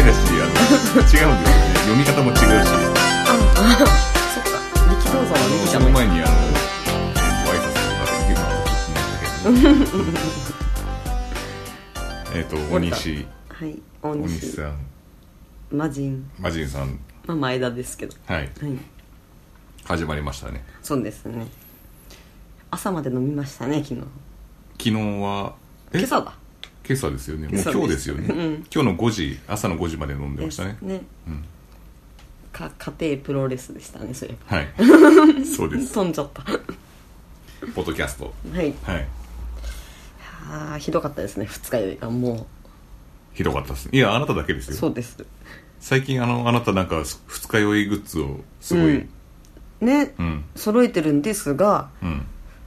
が違うんですよね読み方も違うしああそっか力道山あのの右じそゃなのい前にあのご挨拶とかできるのは聞きましたけどえっと大西はい大大西西さん魔人魔人さんまあ前田ですけどはいはい始まりましたねそうですね朝まで飲みましたね昨日昨日はえ今朝だ今朝ですよねもう今今朝です日ですよね、うん今日の5時朝の5時まで飲んでましたねね、うんか家庭プロレスでしたねそういえはいそうでばす飛んじゃった はポッドキャストいはいあーひどかったですね二日酔いがもひどかったですいやあなただけですうよそうです最近あのあなたなんかす二日酔いグッズをすごい、うんね、うん揃えてるんですがうん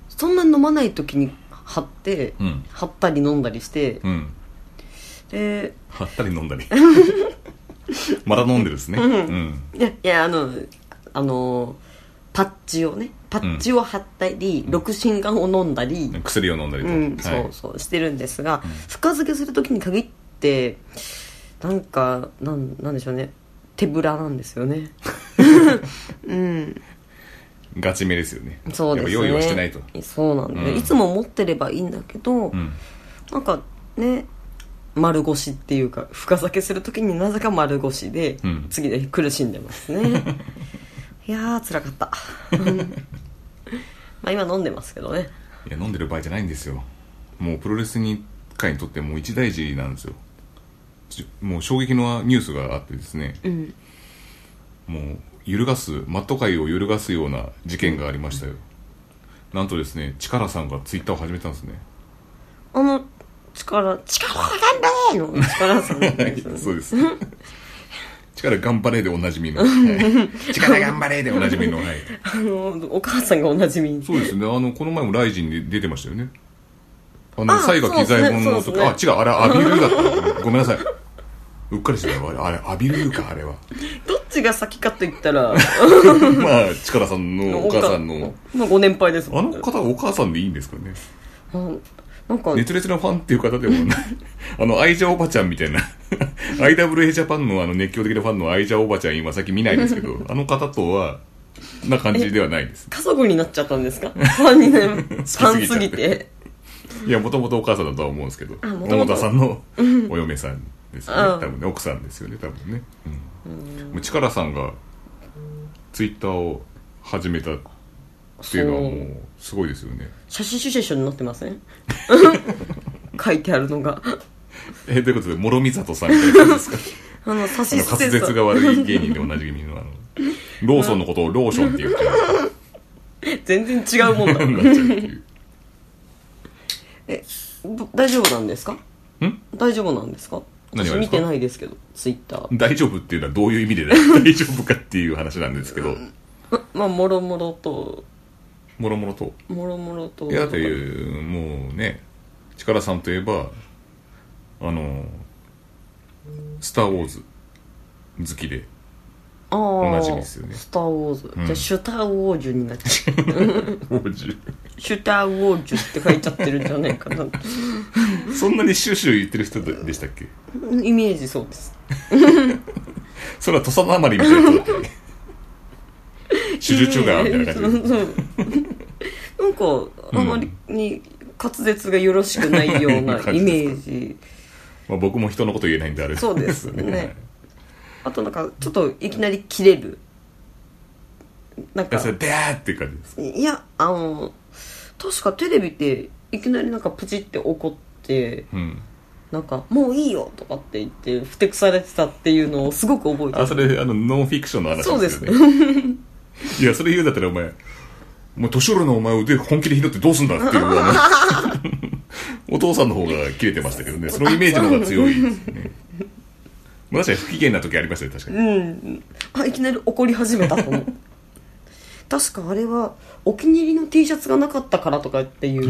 そんな飲まない時に貼って、うん貼ったり飲んだりして、うんではったり飲んだり まだ飲んでるですねうんいやいやあのあのパッチをねパッチを貼ったり、六神丸を飲んだり、薬を飲んだりうと、ん、はいそうそうしてるんですが、深漬けする時に限ってなんかなんなんでしょうね手ぶらなんですよねうんガチめですよねそうですね やっぱ用意をしてないとそうなんで、うんいつも持ってればいいんだけど、うんなんかね丸腰っていうか深酒する時になぜか丸腰で、うん次の日苦しんでま すねいやー辛かった まあ今飲んでますけどねいや飲んでる場合じゃないんですよもうプロレスに界にとってもう一大事なんですよちもう衝撃のニュースがあってですね、んもう揺るがすマット界を揺るがすような事件がありましたよ、なんとですねチカラさんがツイッターを始めたんですねあの力力頑張れの力さんですよ ねそうです力頑張れでおなじみの、 はい力頑張れでおなじみの、はい、あのお母さんがおなじみそうですねあのこの前も「ライジンで出てましたよねああの才賀機材本のそとうであす違うあれアビルユーだったごめんなさいうっかりしてたよあれあれアビルユーかあれは どっちが先かと言ったら まあチカラさんのお母さんのまあご年配ですもあんのね方はお母さんでいいんですかねうんなんか熱烈なファンっていう方でもない あの愛情おばちゃんみたい な IWA ジャパンのあの熱狂的なファンの愛情おばちゃん今さっき見ないですけ どあの方とはな感じではないです家族になっちゃったんですか ?3 年 好きすぎちゃって半すぎていやもともとお母さんだとは思うんですけど元々桃田さんのお嫁さんですうよんね多分ね奥さんですよね多分ね、うん、もうチカラさんがツイッターを始めたっていうのはもうすごいですよね写真集写真になってませ ん書いてあるのがえということで諸見里さんみたいな感じですかあの差しあの捨て滑舌が悪い芸人でおなじみのあ のローソンのことをローションって言ってる全然違うもんなだっちゃうっていうえど大丈夫なんですかん大丈夫なんですか何がです私か見てないですけどツイッター 大丈夫っていうのはどういう意味でだ大丈夫かっていう話なんですけどまあもろもろともろもろともろもろといやだっていうもうね力さんといえばあの「スター・ウォーズ」好きでああおなじみですよねスター・ウォーズ、んじゃあシュター・ウォージュになっ ちゃうシュター・ウォージュって書いちゃってるんじゃないかなそんなにシューシュー言ってる人でしたっけイメージそうですそれは土佐のあまりみたいな 人だっけシュジュチュガーみたいな感じでじなんかあまりに滑舌がよろしくないような感イじメで ージまあ僕も人のこと言えないんであれそうですね はいあとなんかちょっといきなり切れるなんいやかそれでーっていう感じですいやあの確かテレビっていきなりなんかプチって怒ってうんなんか「もういいよ」とかって言ってふてくされてたっていうのをすごく覚えてあるそれあのノンフィクションの話ですよね いやそれ言うんだったらお前もう年寄りのお前を腕本気で拾ってどうすんだっていうあの お父さんの方が切れてましたけどねそのイメージの方が強いですよねまあ確かに不機嫌な時ありましたよ確かに、うんあいきなり怒り始 めたと思う確かあれはお気に入りの T シャツがなかったからとかっていう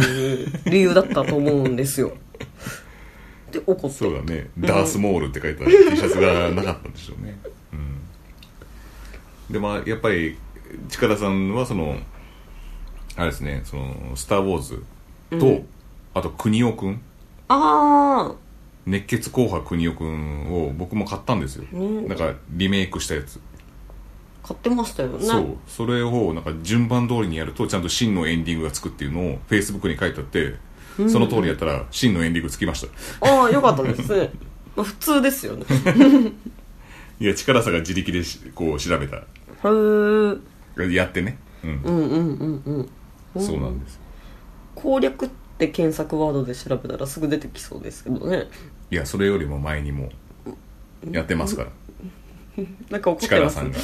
理由だったと思うんです よで怒ってそうだね「ダースモール」って書いた T シャツがなかったんでしょうね、うん、でまあやっぱり力さんはそのあれですね「そのスター・ウォーズと」あと「邦雄くん」ああ熱血紅白邦夫くんを僕も買ったんですよ、ねなんかリメイクしたやつ買ってましたよねそうそれをなんか順番通りにやるとちゃんと真のエンディングがつくっていうのをフェイスブックに書いてあってその通りやったら真のエンディングつきましたああよかったです ね、まあ、普通で すよねへいや力さが自力でしこう調べたえうんやってねうん、うんうんうんそうなんです攻略って検索ワードで調べたらすぐ出てきそうですけどねいやそれよりも前にもやってますからなんか怒って力ますさ んが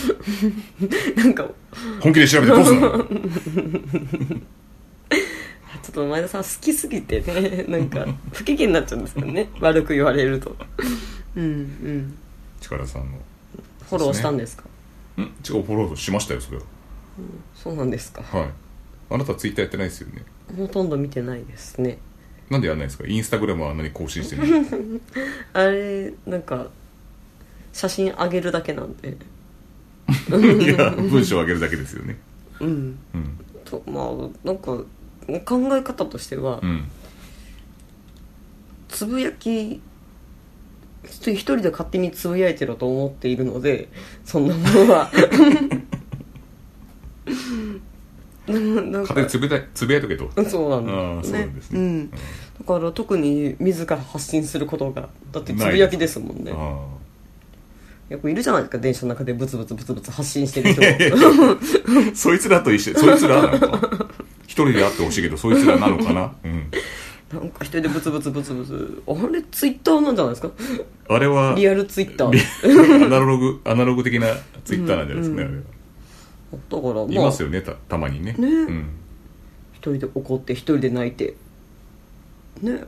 なんかちょ本気で調べてどうすんのっと前田さん好きすぎてねなんか不機嫌になっちゃうんですよね悪く言われるとうんうん力さんのフォローしたんですかん違うフォローしましたよそれはそうなんですかはいあなたツイッターやってないですよねほとんど見てないですねなんでやんないんですかインスタグラムはあんなに更新してるのあれなんか写真上げるだけなん でいや文章を上げるだけですよねうんうんとまあなんか考え方としては、うんつぶやき一人で勝手につぶやいてると思っているのでそんなもの はなんなんか勝手につぶやいつぶやいとけとそうなんだ、ああそうなんですねうん、だから特に自ら発信することがだってつぶやきですもんねあよくいるじゃないですか電車の中でブツブツブツブツ発信してる人あ そいつらと一緒そいつらなのか一人で会ってほしいけどそいつらなのかなうんなんか一人でブツブツブツブツあれツイッターなんじゃないですかあれはリアルツイッターリだかアアナログアナログ的なツイッターなんじゃないですかね、あらまあれはいますよねたたまにねねうん、一人で怒って一人で泣いてね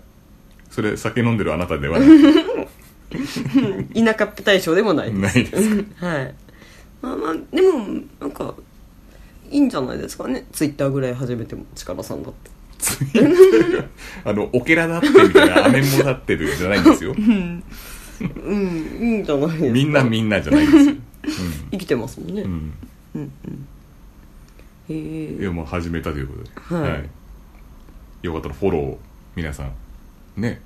それ酒飲んでるあなたではな田舎っぺ大将でもないいでなすいです はいまあまあでもなんかいいんじゃないですかねツイッターぐらい始めても力さんだってあのオケラだってみたいなアメンボだってるじゃないんですようんいいんじゃないですかみんなみんなじゃないですよ、生きてますもんね、うんうんへえいやもう始めたということで、はいよかったらフォローを皆さんね、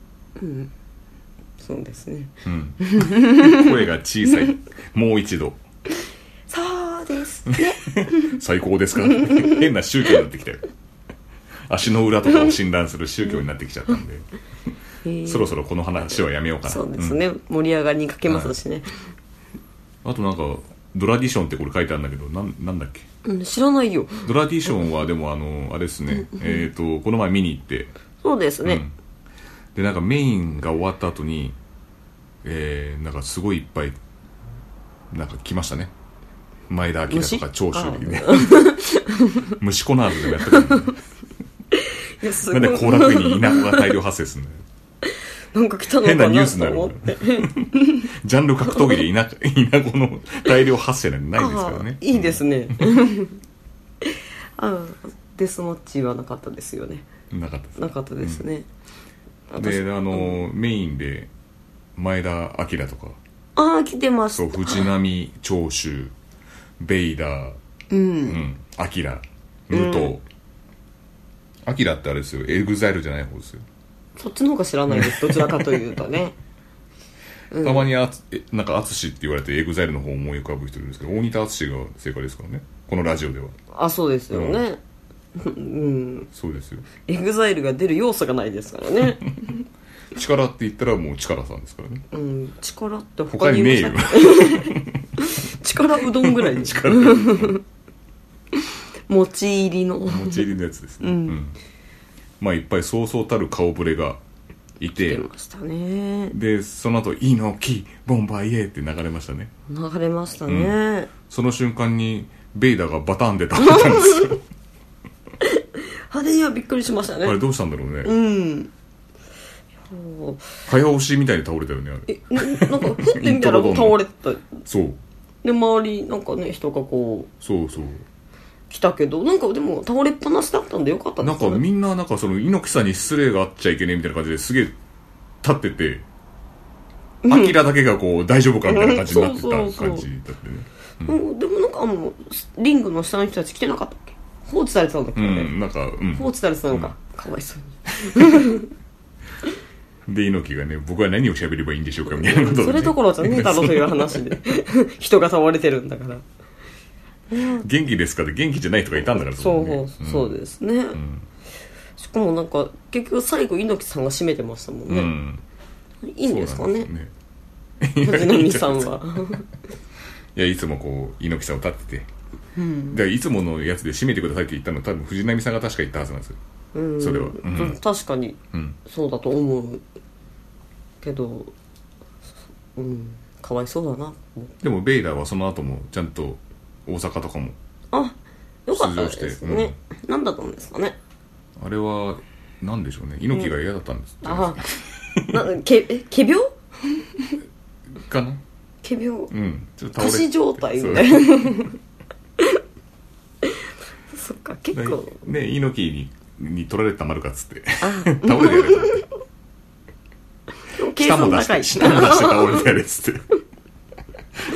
そうですねうん、声が小さいもう一度そうです ね最高ですか 変な宗教になってきたよ足の裏とかを診断する宗教になってきちゃったんで、へえそろそろこの話はやめようかなそうですね、盛り上がりにかけますしね、うんあとなんかドラディションってこれ書いてあるんだけどなんなんだっけうん、知らないよドラディションはでもあのあれですねえっ、とこの前見に行ってそうですね、うんでなんかメインが終わった後にえー、なんかすごいいっぱいなんか来ましたね前田明とか虫長州力ね 虫コナーズでもやってたんだよねいや すごないんで後楽園に稲穂が大量発生するんだよ なんか来たのか変なニューなスになとる思ってジャンル格闘技で稲 稲子の大量発生なんてないですからねああいいですね ああデスマッチはなかったですよねなかったですなかったですね、私であの、メインで前田明とかああ来てまそうした藤波長州ベイダーうんうん明武藤明ってあれですよエグザイルじゃない方ですよそっちの方が知らないですどちらかというと ねたまにあつえなんか淳って言われてエグザイルの方を思い浮かぶ人いるんですけど大仁田淳が正解ですからねこのラジオではあそうですよねうんそうですよエグザイルが出る要素がないですからね 力って言ったらもう力さんですからねうん力って他他ににねえ言よいました力うどんぐらいです 力持 持ち入りの ち入りのやつですね、うんまあいっぱいそうそうたる顔ぶれがい出てましたねでその後猪木ボンバイエー」って流れましたね流れましたね、その瞬間にベイダーがバタンで倒れたんです よあれにはびっくりしましたあれねどうしたんだろうね、うんそう早押しみたいに倒れたよねあれえななんかふってみたらイントロドン倒れてたそうで周りなんかね人がこうそうそう来たけどなんかでも倒れっぱなしだったんでよかったでなんすかよねみんななんかその猪木さんに失礼があっちゃいけねえみたいな感じですげえ立っててアキラだけがこう大丈夫かみたいな感じになってたうんそうそうそう感じだってねうんでもなんかあのリングの下の人たち来てなかったっけ放置されてたんだっけうどね、んなんかうん放置されてたのか、かわいそうにで猪木がね僕は何を喋ればいいんでしょうかみたいなことをねそれどころじゃねえだろという話 で人が倒れてるんだから 元気ですかって元気じゃない人がいたんだからそうれもねそうそうですね、しかもなんか結局最後猪木さんが締めてましたもんうん、うね、んいいんですかそうねなんです藤よね波さんはいやいつもこう猪木さんを立っててうん、でいつものやつで締めてくださいって言ったの多分藤波さんが確か言ったはずなんですようん、それはうん確かにうんそうだと思うけどうんかわいそうだなでもベイダーはその後もちゃんと大阪とかもあよかった出場でしすてね、なんだったんですかねあれは何でしょうね猪木が嫌だったんですってあなけえ仮病かな仮病うんちょっと仮倒れ死状態みたそういなそっか結構 ね猪木にに取られたまるかっつってあ 倒れてやれっつって計下も算出し高てい 下も出して倒れてやれっつって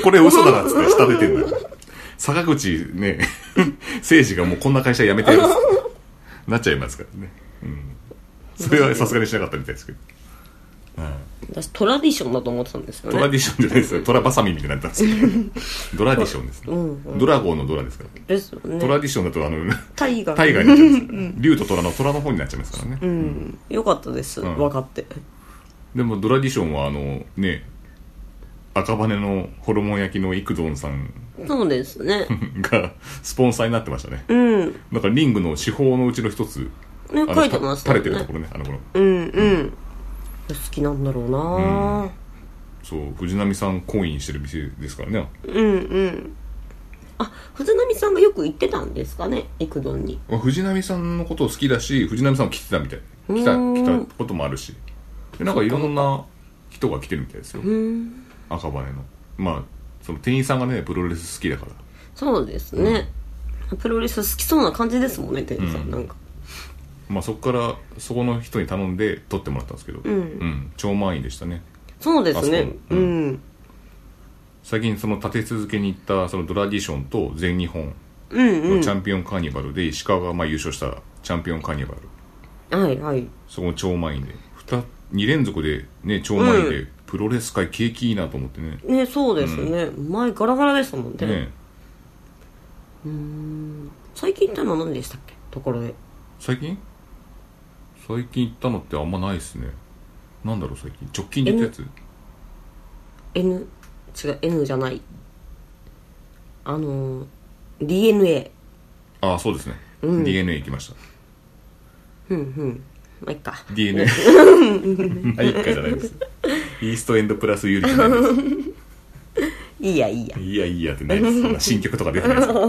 これ嘘だなっつって下出てんだよ坂口ね 誠治がもうこんな会社辞めてやるっつってなっちゃいますからね、うん、それはさすがにしなかったみたいですけど、うん私トラディションだと思ってたんですよトラねディションじゃないですよ。トラバサミみたいになったんですけど。ドラディションですね。うんうんドラゴンのドラですから。ですよねトラディションだと、あの、タイガー大河になっちゃいますからね。竜と虎の虎の方になっちゃいますからね。うんよかったです、ん分かってでも、ドラディションは、あの、ね、赤羽のホルモン焼きの幾丼さんそうですね がスポンサーになってましたね。うんねなんかリングの手法のうちの一つ、あの書いてます垂よれねてるところね、あの頃。うんうん好きなんだろうなそう、藤波さん婚姻してる店ですからね。うんうんあ藤波さんがよく行ってたんですかね幾度に藤波さんのことを好きだし藤波さんも来てたみたい来たうん来たこともあるしでなんかいろんな人が来てるみたいですようん赤羽のまあその店員さんがねプロレス好きだからそうですね、プロレス好きそうな感じですもんね店員さん、うんなんかまあそこからそこの人に頼んで取ってもらったんですけどうん超満員でしたねそうですあねそうううん最近その立て続けに行ったそのドラディションと全日本うんうんのチャンピオンカーニバルで石川がまあ優勝したチャンピオンカーニバルはいはいそこも超満員で 2, 二連続でね超満員でプロレス界景気いいなと思ってねねそうですね、前ガラガラでしたもんねね最近行ったのは何でしたっけところで最近最近行ったのってあんまないっすねなんだろう最近直近で行ったや N 違う N じゃないあのー DNA つああそうですね、DNA 行きましまあいっかた DNA はい一回じゃないですイーストエンドプラスユリじゃないでいいやいいやすいやいやってないですそんな新曲とか出てない ですから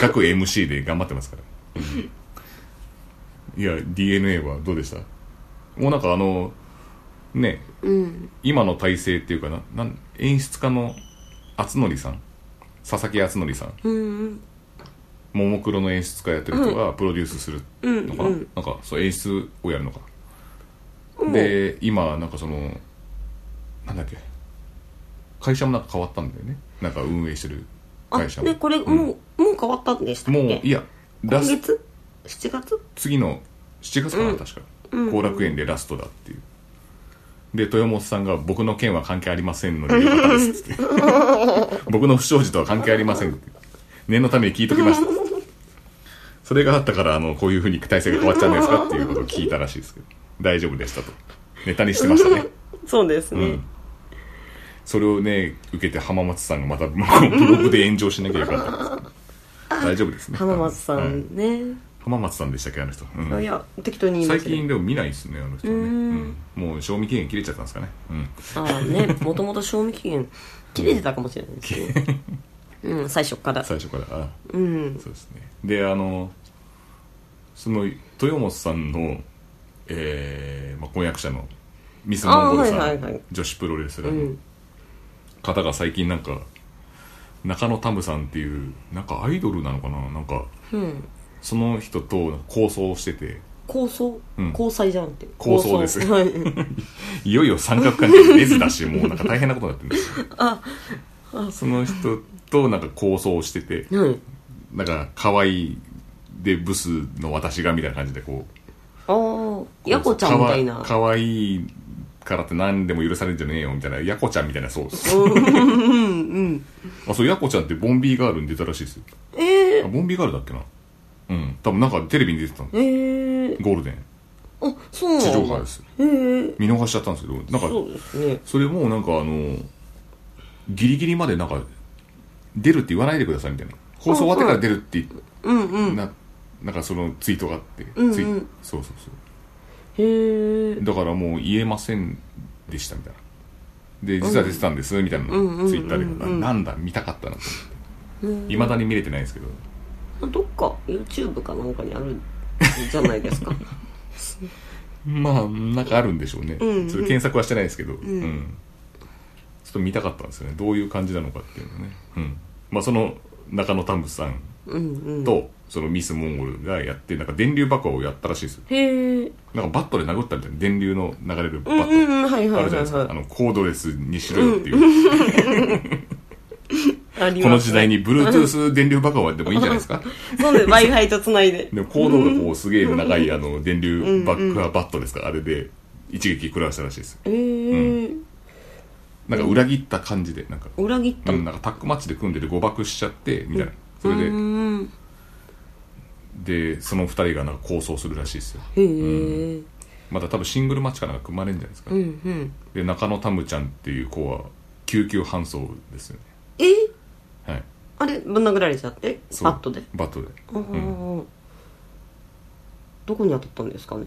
各 MC で頑張ってますから、うんいや DNA はどうでしたもうなんかあのね、今の体制っていうかななん演出家の敦則さん佐々木敦則さんうんうんももクロの演出家やってる人がプロデュースするのかな,、なんかそう演出をやるのか、で今なんかそのなんだっけ会社もなんか変わったんだよねなんか運営してるあ会社も、ねこれもう、んもう変わったんでしたっけもういやラ今ス月7月次の7月かな、確か後楽園でラストだっていうで豊本さんが「僕の件は関係ありませんの でよかったです」って僕の不祥事とは関係ありません」って念のために聞いときま したそれがあったからあのこういうふうに体制が変わっちゃうんですかっていうことを聞いたらしいですけど大丈夫でしたとネタにしてましたね そうですね、うんそれをね受けて浜松さんがまたブログで炎上しなきゃよかったんですけど大丈夫ですね浜松さはいんね、浜松さんでしたっけあの人、うんいや適当に言いま最したけ近でども見ないですねあの人はね、うんもう賞味期限切れちゃったんですかね、うん、ああね もともと賞味期限切れてたかもしれないです ねうん最初から最初からあうんそうですねであのその豊本さんの、えーまあ、婚約者のミス・モンゴルさん、あーはいはいはい女子プロレスラうーのん方が最近なんか中野タムさんっていうなんかアイドルなのかななんかうんその人と構想をしてて構想、うん交際じゃんって構想です構想はいいよいよ三角関係レズだし もうなんか大変なことになってるんですよその人となんか構想をしてて うんなんか可愛いでブスの私がみたいな感じでこうああやこちゃんみたいなかわかわいいからって何でも許されんじゃねえよみたいなやこちゃんみたいなそうですあそうやこちゃんってボンビーガールに出たらしいですよええあボンビーガールだっけなうん多分なんかテレビに出てたのええゴールデンあそう地な上ん波だですええ見逃しちゃったんですけどなんかそうですねそれもなんかあのギリギリまでなんか出るって言わないでくださいみたいな放送終わってから出るってうんうんななんかそのツイートがあって、うんうんツイそうそうそうへえだからもう言えませんでしたみたいなで実は出てたんですみたいな、うんうんうんツイッターでななんだ見たかったなと思っていまだに見れてないですけどどっか YouTube かなんかにあるんじゃないです かまあなんかあるんでしょうね、んうんそれ検索はしてないですけど、うんちょっと見たかったんですよねどういう感じなのかっていうのね、うんまあ、その中野タムさんうんうんとそのミス・モンゴルがやってなんか電流爆破をやったらしいですよへえなんかバットで殴ったみたいな電流の流れるバうんット、うんうんはいはあるいはいじゃないですか、あはのコードレスにしろよっていう、いありこまのす時ね代に Bluetooth 電流爆破でもいいんじゃないです かそうね Wi-Fi とつないででもコードがこうすげえ長いあの電流爆破バットですかあれで一撃食らわしたらしいですへえなんか裏切った感じでなんか,、裏切ったうん、んだなんかタックマッチで組んでて誤爆しちゃってみたいなそれうでんでその二人がなんか抗争するらしいですよへえまだ多分シングルマッチかなんか組まれるんじゃないですか、うんうんで中野タムちゃんっていう子は救急搬送ですよねえはいあれぶん殴られちゃってそうバットでバットでああどこに当たったんですかね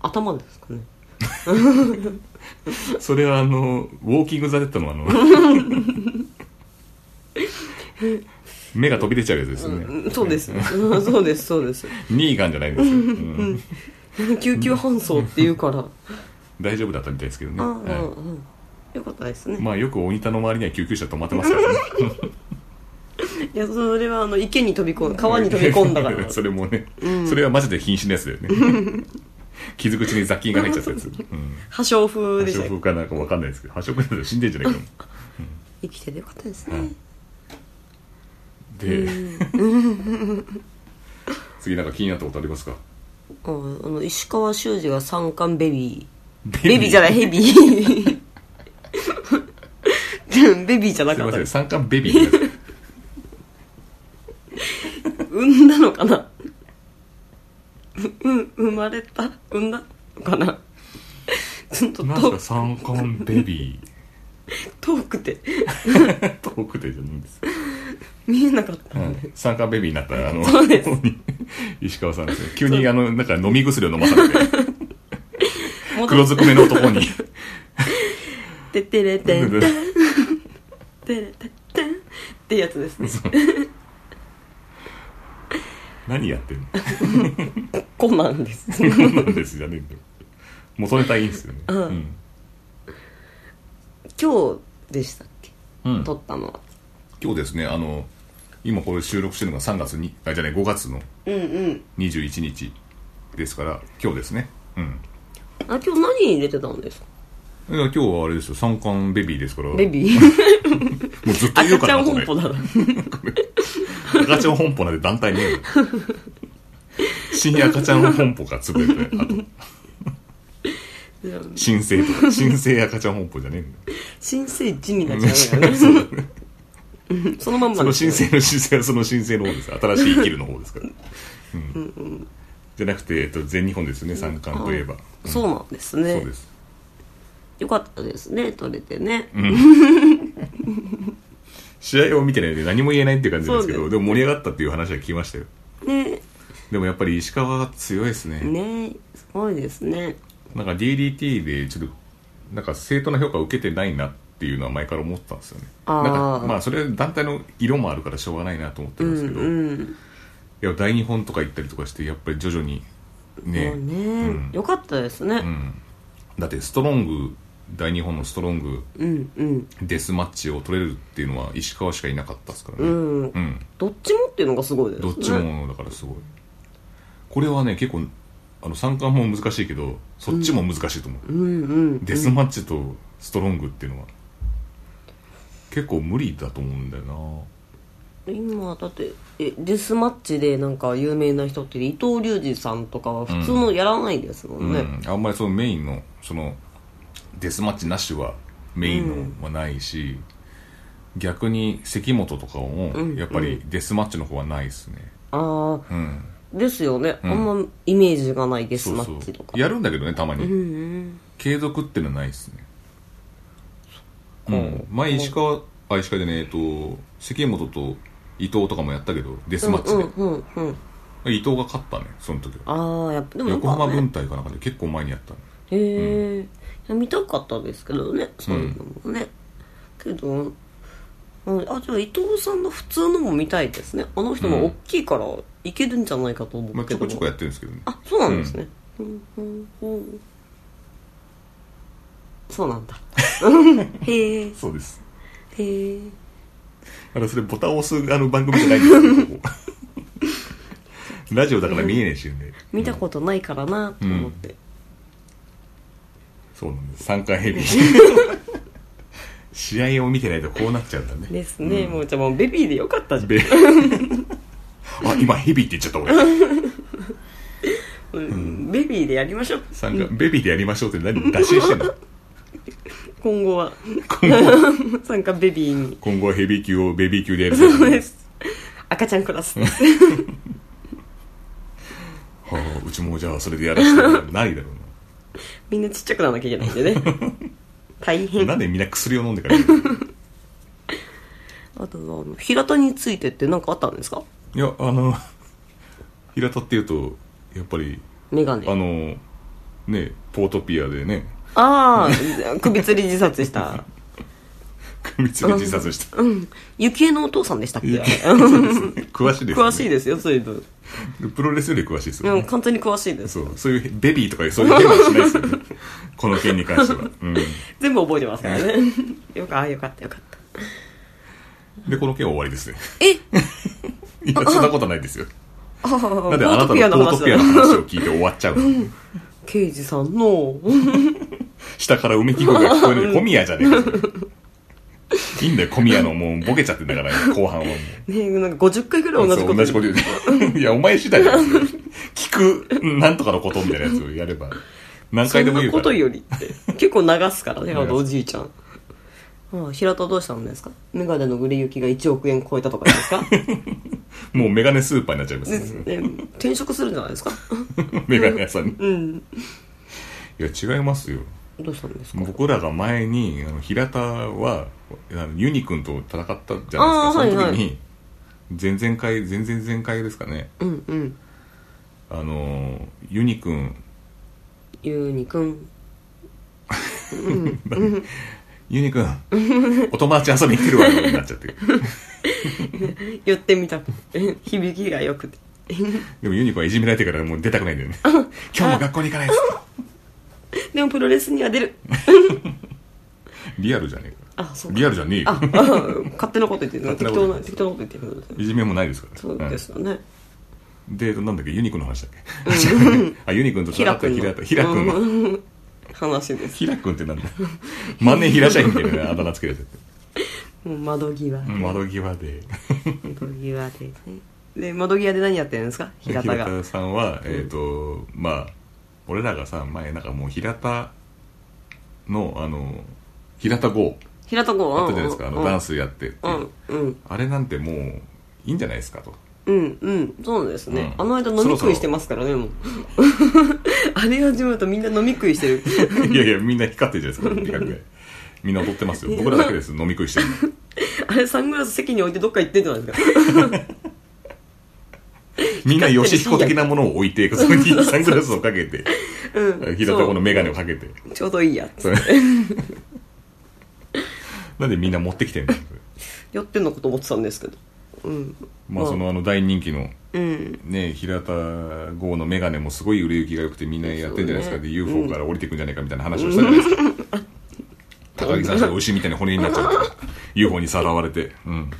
頭ですかねそれはあのウォーキング・ザ・デッドの あの目が飛び出ちゃうやつですよね、うんそうです そうですそう ですニーガンじゃないん ですよ、うん救急搬送っていうからあ大丈夫だったみたいですけどね、あはうんよかったですいねまあよく鬼田の周りには救急車止まってますからねいやそれはあの池に飛び込ん川に飛び込んだか らそれもね、それはマジで瀕死のやつだよ ね傷口に雑菌が入っちゃったやつ、うん、破傷風破でし傷たよ風かなんかわかんないですけど破傷風だと死んでんじゃないかも生きててよかったですはねいで次なんか気になったことありますかうんあの石川修司が三冠ベビーベビーベビーじゃない ヘビーベビーじゃなすいかっまたせん三冠ベビーです産んだのかなうん生まれた産んだのかなちょっとなん遠か三冠ベビ遠くてー遠くてじゃないんです、見えなかった、うん、三冠ベビーになったあのそうです 石川さんですね急にあのなんか飲み薬を飲まされ て黒戻ずくめの男に っててれてんてんそてれてんてんってやつですねう何やってんの コナンですこんなんですじゃねえんだよ元ネタいいんですよねうん、今日でしたっけうん撮ったのは今日ですねあの今これ収録してるのが3月にあじゃない5月のうんうん21日ですから今日ですねうんあ今日何に出てたんですかいや今日はあれですよ三冠ベビーですからベビーもうずっと言う赤かちらゃなんこ本れ舗だろ赤ちゃん本舗なんて団体ね えよ新赤ちゃん本舗が潰れてあと新生とか新生赤ちゃん本舗じゃねえんだよ新生地になっちゃうよねうんそのまんそまのです新生よの新生はその新生の方です新しい生きるの方ですから、うんじゃなくて、えっと、全日本ですよね三冠といえば、あそうなんですねそうですよかったですね撮れてね、試合を見てないので何も言えないっていう感じなんですけそうどででも盛り上がったっていう話は聞きましたよねでもやっぱり石川は強いですねねすごいですねなんか DDT でちょっとなんか正当な評価を受けてないなっていうのは前から思ってたんですよねあーなんかまあそれ団体の色もあるからしょうがないなと思ってるんですけど、うんいや大日本とか行ったりとかしてやっぱり徐々にね,、もうね、よかったですうねん、だってストロング大日本のストロングうんうんデスマッチを取れるっていうのは石川しかいなかったですからうね、ん、うん、どっちもっていうのがすごいですねどっちもだからすごいこれはね結構あの三冠も難しいけどそっちも難しいと思う、うんうんデスマッチとストロングっていうのは結構無理だと思うんだよな今だってえデスマッチでなんか有名な人って伊藤隆二さんとかは普通のやらないですもんね、うん、あんまりそのメインのそのデスマッチなしはメインのはないし、逆に関本とかもうんやっぱりデスマッチの方はないですねああうん、ですよね、うんあんまイメージがないデスそうマそうッチとかやるんだけどねたまに、うんうん継続ってのはないですねうっかん前石川あ石川じゃねええっと関本と伊藤とかもやったけどデスマッチで、うんうんうんうん伊藤が勝ったねその時はああやっぱでもなんか横浜ね文体かなんかで結構前にやったのへえ、いや見たかったですけどねそういうのもね、けどうんあじゃあ伊藤さんの普通のも見たいですねあの人も大きいからいけるんじゃないかと思まうあ、ちけょど、こちょこやってるんですけどねあそうなんですね、うんうんうんそうな んだへえへそうですえあのそれボタンを押すあの番組じゃないんですけど ここラジオだから見えねえしね見たことないからなと思って、そうなんです3回ヘビー 試合を見てないとこうなっちゃうんだねですね、もうじゃあもうベビーでよかったじゃんべあ今ヘビーって言っちゃった俺うんベビーでやりましょう参加ベビーでやりましょうって何打診してんの今後は 参加ベビーに今後はヘビー級をベビー級でやるそうです 赤ちゃんクラスはあ、うちもじゃあそれでやらせてもらうないだろうみんなちっちゃくならなきゃいけないんで ね大な変なあんでみんな薬を飲んでからやるの とはあの平田についてって何かあったんですかいやあの平田っていうとやっぱりメガネあのねポートピアでねああ 首吊り自殺 した首吊り自殺したうん幸恵のお父さんでしたっ けそうですね詳しいです、ね、詳しいですよ随分プロレスより詳しいですでよもね完全に詳しいですそうそういうベビーとかそういう変はしないですよねこの件に関しては、うん、全部覚えてますからね よかああよかったよかったでこの件は終わりですね えいやそんなことないですよああポなんであなたのポートピアの話を 聞いて終わっちゃうの刑事さんの 下からうめき声が聞こえる小宮じゃねえかそれいいんだよ小宮のもうボケちゃってんだから後半はもうねなんか50回ぐらい同じそこうと同じこと言ういやお前次第だよ聞くなんとかのことみたいなやつをやれば何そ回んでも言なうかこらとよりって結構流すから流ねすあのおじいちゃんああ平田どうしたんですかメガネの売れ行きが1億円超えたとかです かもうメガネスーパーになっちゃいますでねね転職するんじゃないですかメガネ屋さんにうんいや違いますよどうしたんですか僕らが前にあの平田はあのユニ君と戦ったじゃあーないですかその時に、はいは前々回前々前々回ですかねうんうんあのユニ君ゆうにくんユニ 君お友達遊びに来るわよになっちゃって言ってみたくて響きがよくてでもユニ君はいじめられてからもう出たくないんだよね今日も学校に行かないですでもプロレスには出るリアルじゃねえかあそうかリアルじゃねえああよ勝手なこと言ってる勝手適なこ当と言なって適当なこと言ってるいじめもないですからそうですよね、うんでなんだっけユニ君の話だっけ あユニ君とひ戦らっくたんヒラのとヒラ君のうん話ですヒラ君ってなんだ万年ヒラ社員みたいなあだ名つけられちゃってもう窓際で、窓際で窓際でねで窓際で何やってるんですか平田がさんはえっ、とまあ俺らがさ前なんかもう平田のあの平田号平田あ君ったじゃないですかあのダンスやってってうんうんあれなんてもういいんじゃないですかと うんうんそうですね、うんあの間飲み食いしてますからねもうあれ始まるとみんな飲み食いして るいやいやみんな光ってるじゃないですか企画でみんな踊ってますよ僕らだけです飲み食いして るのあれサングラス席に置いてどっか行ってんじゃないですかみんなヨシヒコ的なものを置いて、そこにサングラスをかけて、うん平田子のメガネをかけて。そうちょうどいいや それなんでみんな持ってきてんのやってんのかと思ってたんですけどうんまあうんそのあの大人気の、うんね、平田剛のメガネもすごい売れ行きが良くてみんなやってんじゃないですか。そうねで、UFO から降りてくんじゃないかみたいな話をしたじゃないですか。高木さんが牛みたいな骨になっちゃって、UFO にさらわれて、うん。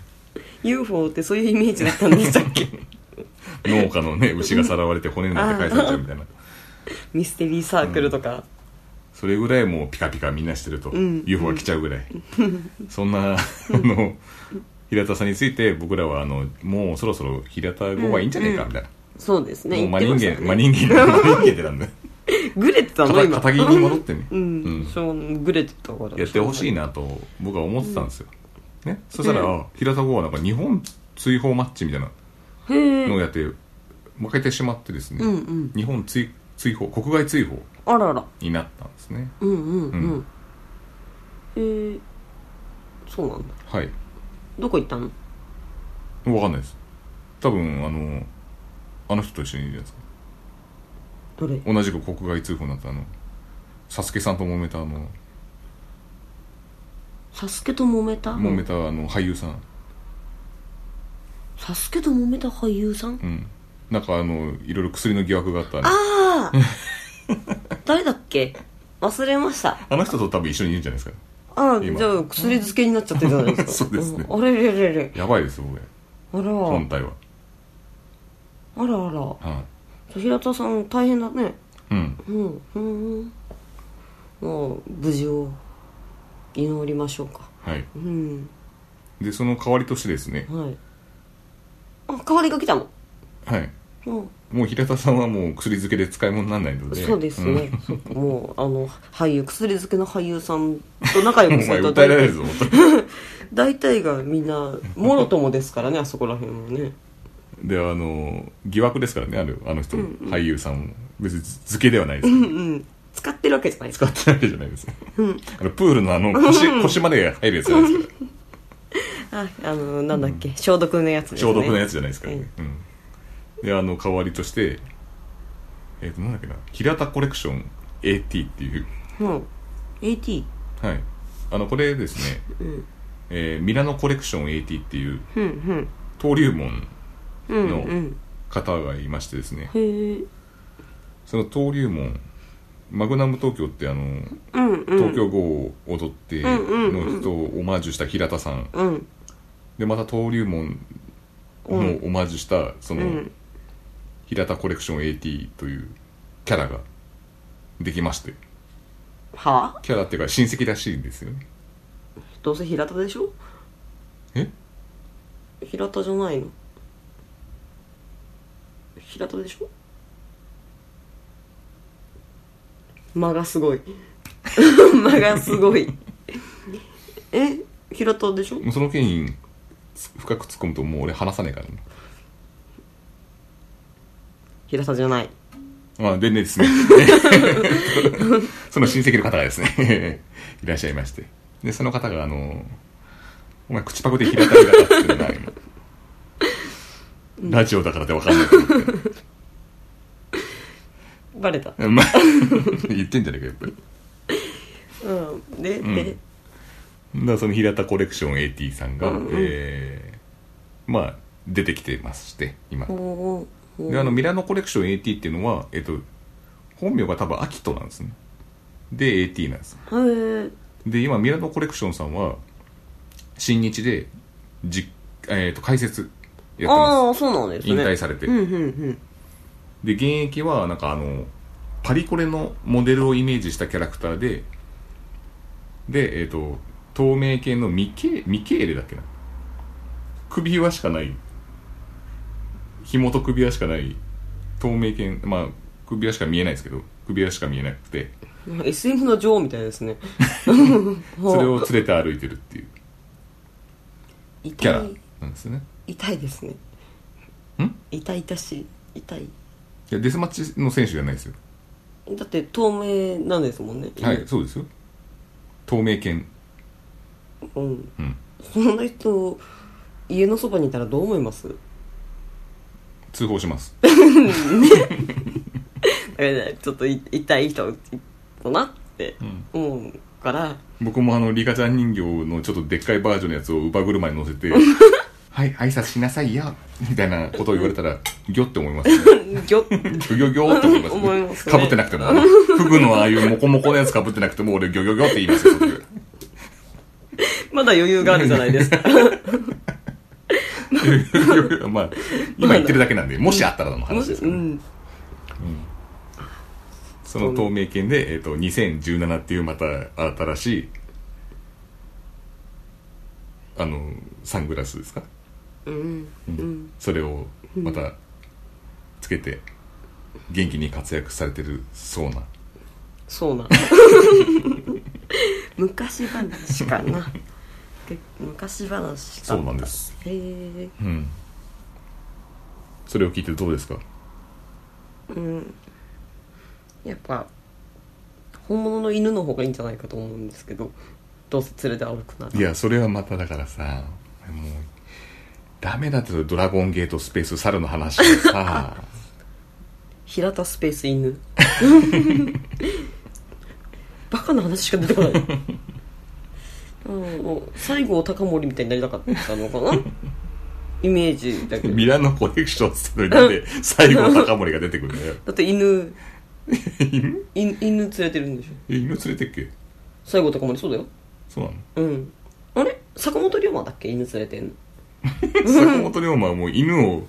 UFO ってそういうイメージだったんでしたっけ農家のね、牛がさらわれて骨になって返されちゃうみたいな。ミステリーサークルとか、それぐらいもうピカピカみんなしてると、ん UFO が来ちゃうぐらい、そんなあの平田さんについて僕らはあのもうそろそろ平田語はいいんじゃねえかみたいな、そうですね。もう言真っ人て間、ま真したね人間真人間ってなんだよぐれてたの片今。片桐に戻ってね、うん、うんそう、ぐれてたから。やってほしいな。なと僕は思ってたんですよ、ね、そしたら、平田剛はなんか日本追放マッチみたいなへえ。のをやって負けてしまってですね、うんうん日本追追放国外追放あらら。になったんですねうんうんううんん。へえ。そうなんだ。はいどこ行ったの分かんないです多分あのあの人と一緒にいるじゃないですかどれ同じく国外追放になったあのサスケさんと揉めたあのサスケと揉めた揉めたあの俳優さんサスケと揉めた俳優さんうんなんかあのいろいろ薬の疑惑があったあのああ 誰だっけ忘れましたあの人と多分一緒にいるんじゃないですかああ今じゃあ薬漬けになっちゃってるじゃないですか そうですねんあれれれれやばいですよ僕あら本体はあらあらは平田さん大変だねいうんうんうんもう無事を祈りましょうかはいうんでその代わりとしてですねはいあ代わりが来たのはいうんもう平田さんはもう薬漬けで使い物にならないのでそうですね、んそっかもうあの俳優薬漬けの俳優さんと仲良おく前る歌えられるぞ本当に大体がみんなもろともですからねあそこら辺もねであの疑惑ですからねあるあの人、俳優さんも別に漬けではないですけどうん使ってるわけじゃないですか使ってないわけじゃないです、あのプールのあの腰腰まで入るやつじゃないですかああのなんだっけ、消毒のやつですね消毒のやつじゃないですからね、うん、であの代わりとしてえっ、となんだっけな平田コレクション AT っていううん AT はいあのこれですね、んえーミラノコレクション AT っていううんうん登竜門うんのうん方がいましてですね、へえその登竜門マグナム東京ってあのうんうん東京号を踊っての人をオマージュした平田さん、うんでまた登竜門のオマージュしたその、うん平田コレクション AT というキャラができましてはあキャラっていうか親戚らしいんですよねどうせ平田でしょえ平田じゃないの平田でしょ間がすごい 間がすごいえ平田でしょもうその件つ深く突っ込むともう俺話さねえからね平田じゃないまあ、でですね。 その親戚の方がですね、 いらっしゃいまして。で、その方が、あの、お前、口パクで平たりだからって言ってるな今ラジオだからってわかんないと思ってバレた。まあ 言ってんじゃねえか、やっぱり。うんで、でだからその平田コレクション AT さんが、えーまあ、出てきてまして、今。おーおーであのミラノコレクション AT っていうのは、えっと、本名が多分アキトなんですね。で、AT なんです。へえで今ミラノコレクションさんは新日でじ、えー、と解説やってまああそうなんですす引ね退されて、うんうんうんで現役はなんかあのパリコレのモデルをイメージしたキャラクターででえっ、と透明系のミケミケーレだっけな首輪しかない紐と首輪しかない透明系まあ首輪しか見えないですけど首輪しか見えなくてなんか SF の女王みたいですねそれを連れて歩いてるっていうキ痛ャラいなんですよね痛いですねん痛々しい痛いいやデスマッチの選手じゃないですよだって透明なんですもんねはい、そうですよ。透明犬。うんうん。そんな人家のそばにいたらどう思いますだ通報します。からねちょっとい痛い人だなって思うから、 僕もあの、リカちゃん人形のちょっとでっかいバージョンのやつを乳母車に乗せて、 はい、挨拶しなさいよみたいなことを言われたら、ギョって思います、ね。ぎょギョギョギョって思います、思いますねかぶってなくても、あのフグのああいうモコモコのやつかぶってなくても、俺ギョギョギョって言います よ。僕まだ余裕があるじゃないで すかまあ、今言ってるだけなんで、もしあったらの話ですけうど、ね、んその透明犬で、えっ、と、2017っていうまた新しい、あのサングラスですか、うんうんそれをまたつけて元気に活躍されてるそうなそうな 昔話かな で昔話だったそうなんですへえうんそれを聞いてどうですかうんやっぱ本物の犬の方がいいんじゃないかと思うんですけどどうせ連れて歩くならいやそれはまただからさもうダメだってドラゴンゲートスペース猿の話でさ 平田スペース 犬バカな話しか出てこない うんもう西郷隆盛みたいになりたかったのかなイメージだけどミラノコレクションっつってのになんで 最後高森が出てくるんだよだって犬犬犬連れてるんでしょえ犬連れてっけ西郷隆盛そうだよそうなのうんあれ坂本龍馬だっけ犬連れてんの坂本龍馬はもう犬を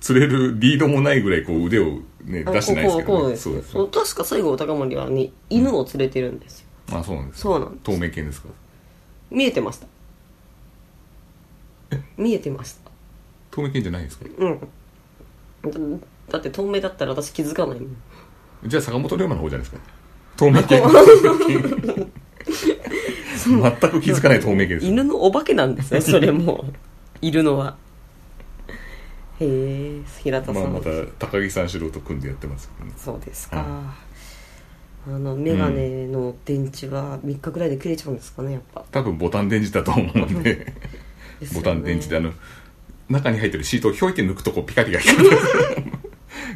釣れるリードもないぐらいこう腕を、ね、あ出してないですけこうこど、うね、ですそうですそう確か西郷隆盛はね犬を連れてるんですよあそうなんですそうなんです透明犬ですか見えて ました見えてました透明犬じゃないんですかうんだだって透明だったら私気づかないもんじゃあ坂本龍馬の方じゃないですか透明犬全く気づかない透明犬です犬のお化けなんで すねそれもいるのはへえ平田さまあ、ん、また高木三四郎と組んでやってますけどねそうですか、あの眼鏡の電池は3日ぐらいで切れちゃうんですかねやっぱ多分ボタン電池だと思うんでですボよねタン電池であの中に入ってるシートをひょいって抜くとこうピカピカ光る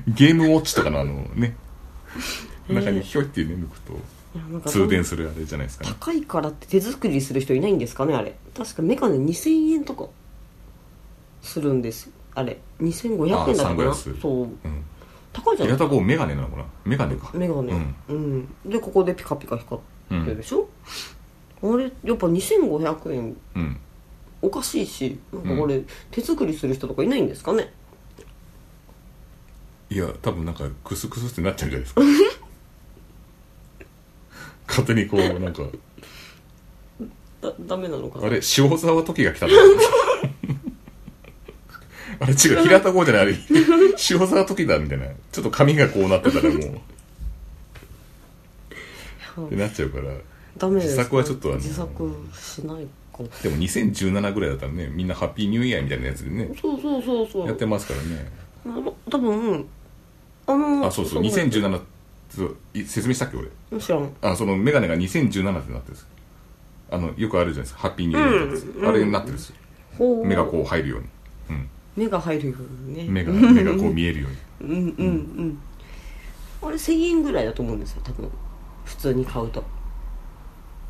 ゲームウォッチとかのあのね中にひょいってね抜くといやなんか通電するあれじゃないですか、ね、高いからって手作りする人いないんですかねあれ確かメガネ2000円とかするんですよあれ2500円だあったサかングラなスそううん、高いじゃな平い田剛メガネなのかなメガネかメガネうん、うんでここでピカピカ光ってるでしょ、あれやっぱ2500円うん、おかしいしなんかこれ、手作りする人とかいないんですかねいや多分なんかクスクスってなっちゃうんじゃないで すか勝手にこうなんかだダメなのかなあれ塩沢時が来た のあれ違う平田剛じゃないあれ塩沢時だみたいなちょっと髪がこうなってたらもうってなっちゃうからダメです自作はちょっとあの自作しないかでも2017ぐらいだったらねみんなハッピーニューイヤーみたいなやつでねそうそうそうそやっうてますからねあの多分あのあそうそう2017そうい説明したっけ俺知らんあその眼鏡が2017ってなってるんですあのよくあるじゃないですかハッピーニューイヤーってやつ、うんあれになってるんですよほう目がこう入るように、目が入るようにねうん、目が目がこう見えるようにうんうんうんあれ1000円ぐらいだと思うんですよ多分普通に買うと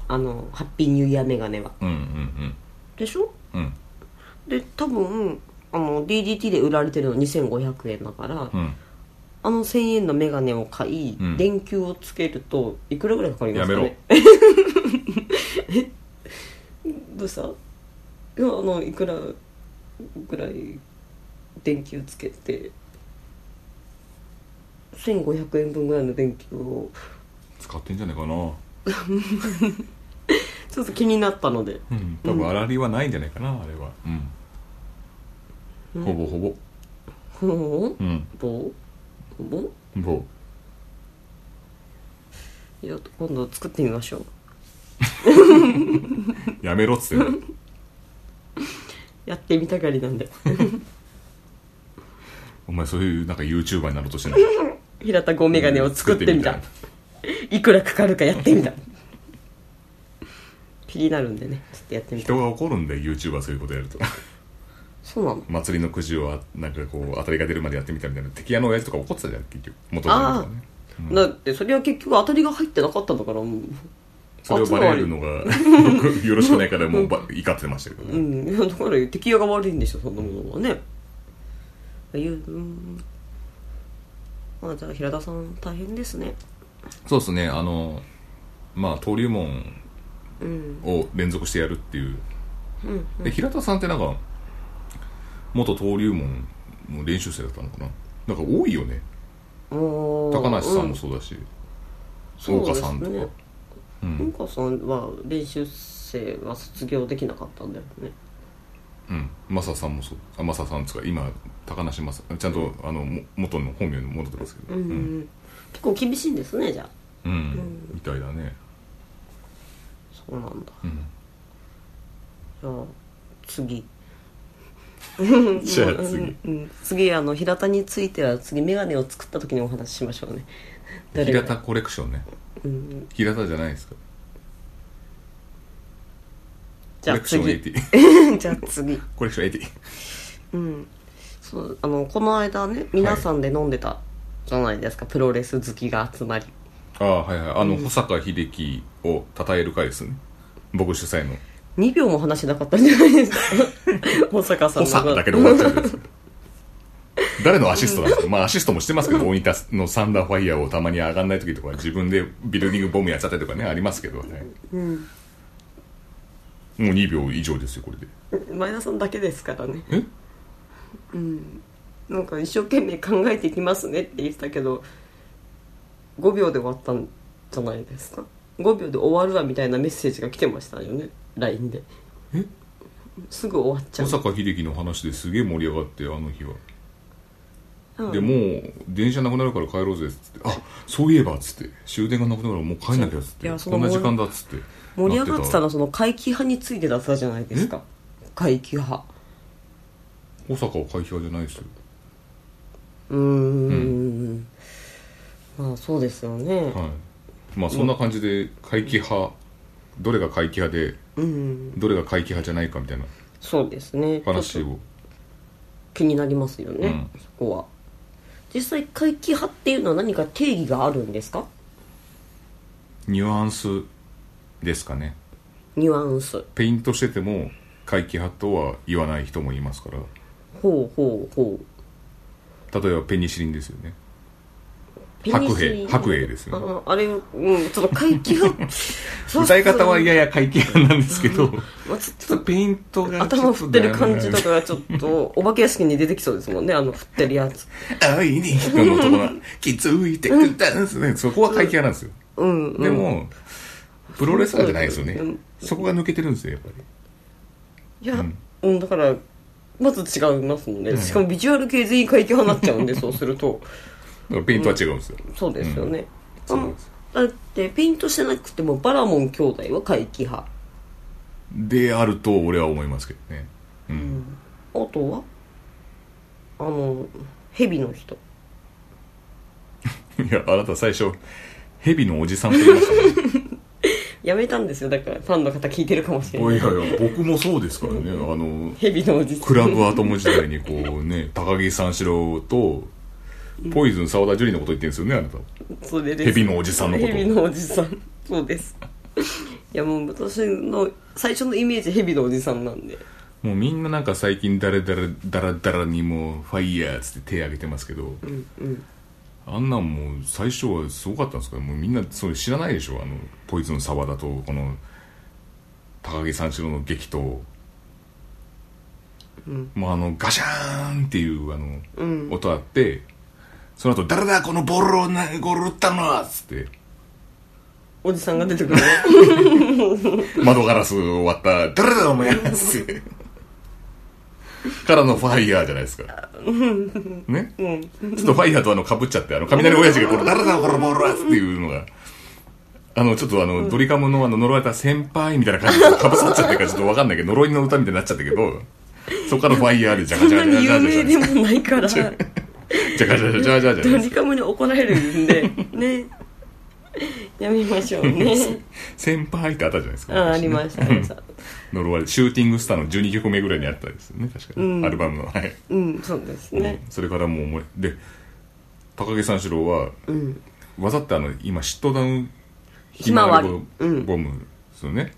あのハッピーニューイヤーメガネはうんうんでしょうんうんで多分あの DDT で売られてるの2500円だから、うんあの1000円のメガネを買い、うん電球をつけるといくらぐらいかかりますかね どうしたいやあのいくらぐらい電球つけて1500円分ぐらいの電球を使ってんじゃないかなちょっと気になったのでうん、多分あらりはないんじゃないかな、あれは、うん、ほぼほぼほんうんぼほぼほぼいや今度作ってみましょうやめろっつってんのやってみたがりなんで お前そういうなんか YouTuber になろうとしてない平田ゴメガネを作ってみた、うんいくらかかるかやってみた 気になるんでねちょっとやってみた 人が怒るんだよ YouTuber そういうことやると そうなの祭りのくじをあなんかこう当たりが出るまでやってみたみたいな敵屋の親父とか怒ってたじゃん結局元々とかねだってそれは結局当たりが入ってなかったんだからもうそれをバレるのが よろしくないからもうば怒ってましたけどうね、んいやだから敵屋が悪いんでしょそんなものはねいううんあじゃあ平田さん大変ですねそうですねあのまあ登竜門うんを連続してやるっていううんで平田さんってなんか元登竜門の練習生だったのかななんか多いよねおー高梨さんもうそうだし、そう大で岡すねさんとか、ううんん岡さんは練習しては卒業できなかったんだよねうんマサさんもそうあマサさんつうか今高梨マサちゃんとあのも元の本名に戻ってますけどうん、結構厳しいんですねじゃあうんみたいだねそうなんだうんじゃあ次じゃあ次うんうん、次あの平田については次眼鏡を作った時にお話ししましょうね誰が平田コレクションねうん、平田じゃないですかじゃあコレ次クション じゃあ次80コレクション80うんそうあのこの間ね皆さんで飲んでたじゃないですか、プロレス好きが集まりああはいはいあの保坂秀樹を称える会ですね僕主催の2秒も話しなかったんじゃないです か保坂さん補の佐だけで終わっちゃうんです誰のアシストなんですか、まあアシストもしてますけど大仁田のサンダーファイヤーをたまに上がんない時とか自分でビルディングボムやっちゃったりとかねありますけどね、もう2秒以上ですよこれで前田さんだけですからねえなんか一生懸命考えていきますねって言ってたけど5秒で終わったんじゃないですか5秒で終わるわみたいなメッセージが来てましたよね LINE ですぐ終わっちゃ保う坂秀樹の話ですげえ盛り上がってあの日は、うんでもう電車なくなるから帰ろうぜっつってあそういえばっつって終電がなくなるからもう帰んなきゃっつっいてやそのこんな時間だっつって盛り上がってたのなはその怪奇派についてだったじゃないですか怪奇派保坂は会費じゃないですようーんんまあそうですよね、はい、まあそんな感じで怪奇派、どれが怪奇派でうんどれが怪奇派じゃないかみたいなそうですねち話ょっとを気になりますよね、うんそこは実際怪奇派っていうのは何か定義があるんですかニュアンスですかねニュアンスペイントしてても怪奇派とは言わない人もいますからほうほうほう例えばペニシリンですよねペニ白シリ兵ン白兵ですよねああれうんちょっと怪 奇派歌い方は嫌やや怪奇派なんですけどまあ、ちちょっとペイントょが頭振ってる感じとかかがちょっとお化け屋敷に出てきそうですもんねあの振ってるやつ愛に人のところ気づいてくだんすねそこは怪奇派なんですようんうんでもプロレスラーじゃないですよねうんそこが抜けてるんですよやっぱりいや、うんだからまず違いますもんね、しかもビジュアル系全員怪奇派になっちゃうんでそうするとだからペイントは違うんですよ、そうですよね、うんあのそうですだってペイントしてなくてもバラモン兄弟は怪奇派であると俺は思いますけどねうん、あとはあの蛇の人いやあなた最初ヘビのおじさんと言いましたねやめたんですよだからファンの方聞いてるかもしれおないいや いや僕もそうですからねあの蛇のおじさんクラブアトム時代にこうね高木三四郎とポイズン沢田樹里のこと言ってるんですよねあなたそれです蛇のおじさんのこと蛇のおじさんそうですいやもう私の最初のイメージ蛇のおじさんなんでもうみんななんか最近ダラダラダラダラにもうファイヤーっつって手挙げてますけど、あんなんもう最初はすごかったんですからもうみんなそれ知らないでしょあのポイズン沢田とこの高木三四郎の激闘、もうあのガシャーンっていうあの、音あってその後誰だこのボールをなゴール打ったのは」っつっておじさんが出てくる の窓ガラスを割った「誰だお前」っつってからのファイヤーじゃないですかね、ちょっとファイヤーとあのかぶっちゃってあの雷親父がこの「誰だこのボールは」っていうのがあのちょっとあの、ドリカムのあの呪われた先輩みたいな感じでかぶさっちゃってるからちょっとわかんないけど呪いの歌みたいになっちゃったけどそこからファイヤーでジャそカんジャなカジャに有カジャカジャ名でもないからドカジャカジャカジャカジャカじゃないですリカムに怒られるんでねやめましょ うね先輩ってあったじゃないですかあありましたありました呪われシューティングスターの12曲目ぐらいにあったですよね確かに、アルバムのはいうんそうですねそれからもう思いで高木三四郎は、わざってあの今シットダウンひまわりボひまわりうんボムですよね、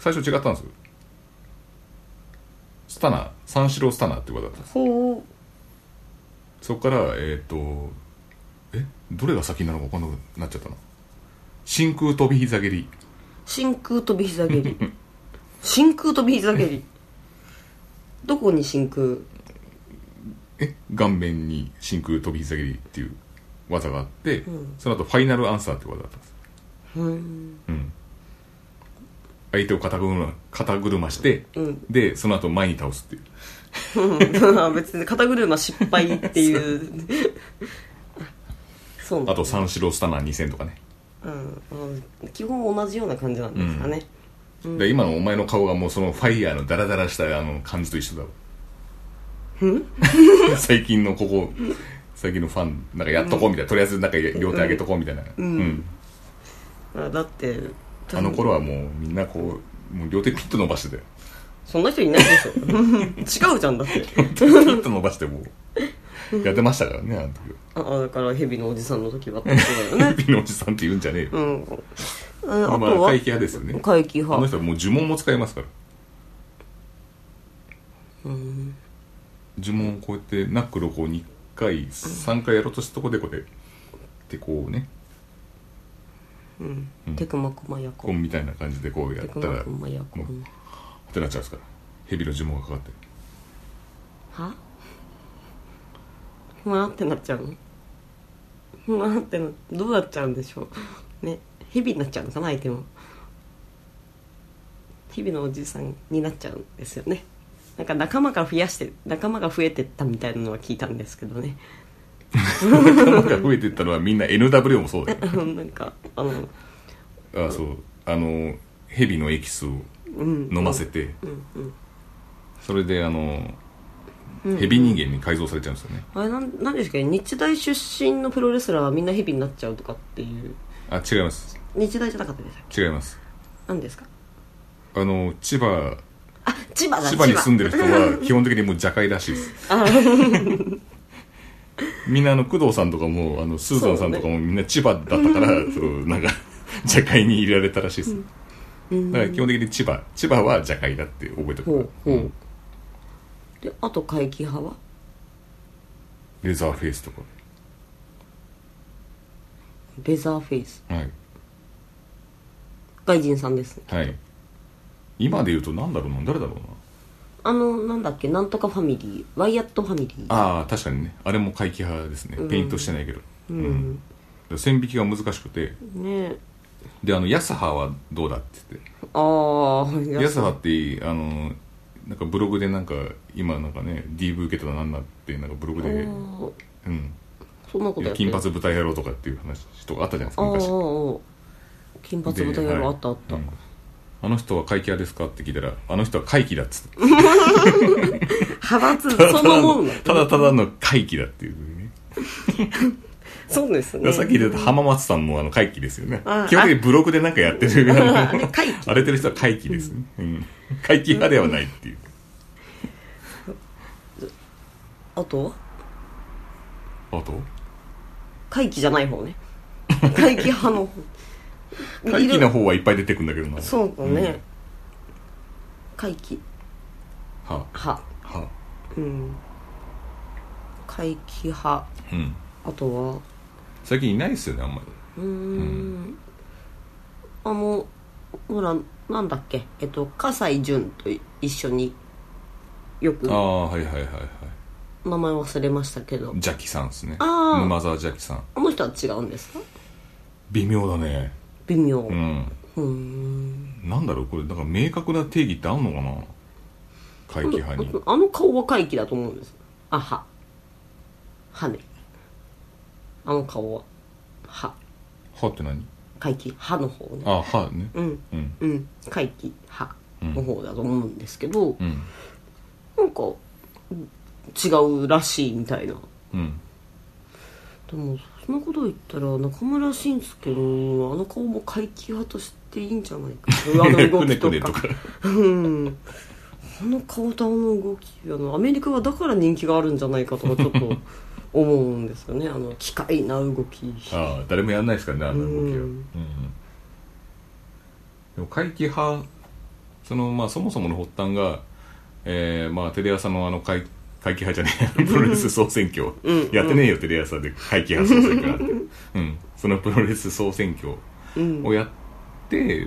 最初違ったんですよスタナー三四郎スタナーってことだったんですほそこからえっ、とえどれが先なのか分かんなくなっちゃったな真空飛び膝蹴りう真空飛び膝蹴 り真空飛び膝蹴りどこに真空え顔面に真空飛び膝蹴りっていう技があって、その後ファイナルアンサーって技だったんですうんうん相手を肩車肩車して、うんでその後前に倒すっていううん 別に肩車失敗っていうそうなんだあと三四郎スタナー2000とかね、うんうん基本同じような感じなんですかね、で今のお前の顔がもうそのファイヤーのダラダラしたあの感じと一緒だわ 最近のここ最近のファンなんかやっとこうみたいな、とりあえずなんか両手上げとこうみたいな、うんあだってあの頃はもうみんなこうもう両手ピッと伸ばしてたよそんな人いないでしょ違うじゃんだってピッと伸ばしてもうやってましたからねあの時はあだから蛇のおじさんの時はってことだよねピのおじさんって言うんじゃねえよ、うんうんあまあとは怪奇派ですよね怪奇あの派人はもう呪文も使いますから、呪文をこうやってナックルをこう2回3回やろうとしたとこでこうやってこうねテクマクマヤコこうみたいな感じでこうやっテたらクマもクマヤコうってなっちゃうんですから蛇の呪文がかかって はふわーってなっちゃうのふわーってなどうなっちゃうんでしょうね蛇になっちゃうのかな相手も蛇のおじさんになっちゃうんですよねなんか仲間が増やして仲間が増えてったみたいなのは聞いたんですけどね 仲間が増えていったのはみんな NW もそうだよあのなんかあのああそうあの蛇のエキスを飲ませて、それであの蛇人間に改造されちゃうんですよね、あれなんなんですかね日大出身のプロレスラーはみんな蛇になっちゃうとかっていうあ違います日大じゃなかったでしたっけ違います何ですかあの千葉あ千葉だ千葉に住んでる人は基本的にもう邪界らしいですあみんなあの工藤さんとかもあのスーザンさんとかもみんな千葉だったからそうなんか 邪界に入れられたらしいですだから基本的に千葉千葉は邪界だって覚えてほおうくほうであと怪奇派はレザーフェイスとかレザーフェイスはい外人さんですねはい今で言うとなんだろうな誰だろうなあのなんだっけなんとかファミリーワイヤットファミリーああ確かにねあれも怪奇派ですねペイントしてないけどうん、だから線引きが難しくてねえであの安葉はどうだって言ってああヤスハってあのなんかブログでなんか今なんかね DV 受けたらなんだってなんかブログで、うん、そんなことやって金る髪豚野郎とかっていう話とかあったじゃないですあかーあ昔ー金髪豚野郎あったあっでた、はいうんあの人は怪奇派ですかって聞いたらあの人は怪奇だっつって派閥 そのもんだただただの怪奇だっていうふうにねそうですだからねさっき言った浜松さんもあの怪奇ですよねあ基本的にブログでなんかやってるあの怪奇荒れてる人は怪奇ですね、うん、怪奇派ではないっていうあとはあと怪奇じゃない方ね怪奇派の 方怪奇いろな方はいっぱい出てくるんだけどなそうだね、うん怪奇は派はうん怪奇派うんあとは最近いないですよねあんまりうーんあのほらなんだっけえっと葛西潤と一緒によくあ名あはいはいはいはい前忘れましたけどジャキさんですねあー沼沢ジャキさんあの人は違うんですか微妙だね微妙ううんーんなんだろうこれだから明確な定義ってあんのかな怪奇派にあの顔は怪奇だと思うんですあははねあの顔はは歯って何怪奇歯の方ねあ歯ねうんうんうん怪奇歯の方だと思うんですけど、うんなんか違うらしいみたいなうんでもそんなこと言ったら中村慎介のあの顔も怪奇派としていいんじゃないかあの動く ねきとくかねとかうんあの顔とあの動きあのアメリカはだから人気があるんじゃないかとかちょっと思うんですよね あの機械な動きああ誰もやんないですからねあの動きはううんんでも怪奇派そのまあそもそもの発端がえーまあテレ朝のあの怪怪奇派じゃね えプロレス総選挙うんやってねえよテレ朝で怪奇派総選挙なんてうんそのプロレス総選挙うんをやって